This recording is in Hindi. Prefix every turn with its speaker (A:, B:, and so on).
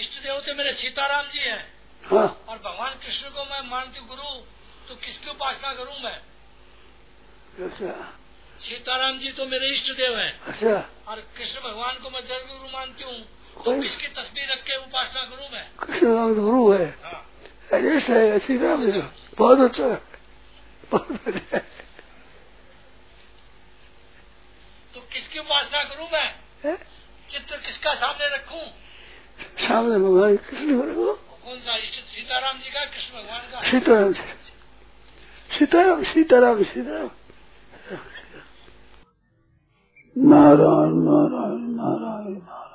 A: इष्ट देवते तो मेरे सीताराम जी हैं
B: हाँ
A: और भगवान कृष्ण को मैं मानती गुरु तो किसकी उपासना करूं मैं
B: अच्छा
A: सीताराम जी तो मेरे इष्ट देव हैं
B: अच्छा
A: और कृष्ण भगवान को मैं जल गुरु मानती हूँ तो
B: कोई-
A: किसकी तस्वीर रख के उपासना करूं मैं
B: कृष्ण राम गुरु है
A: हाँ
B: राजेश है श्री राम जी बहुत अच्छा है बहुत अच्छा है।
A: तो किसकी उपासना करूं मैं
B: है
A: चित्र किसका सामने रखूं
B: सामने भगवान कृष्ण को
A: वो कौन सा इष्ट सीताराम जी का कृष्ण भगवान का
B: सीताराम जी सीताराम सीताराम सीताराम नारायण नारायण नारायण नारायण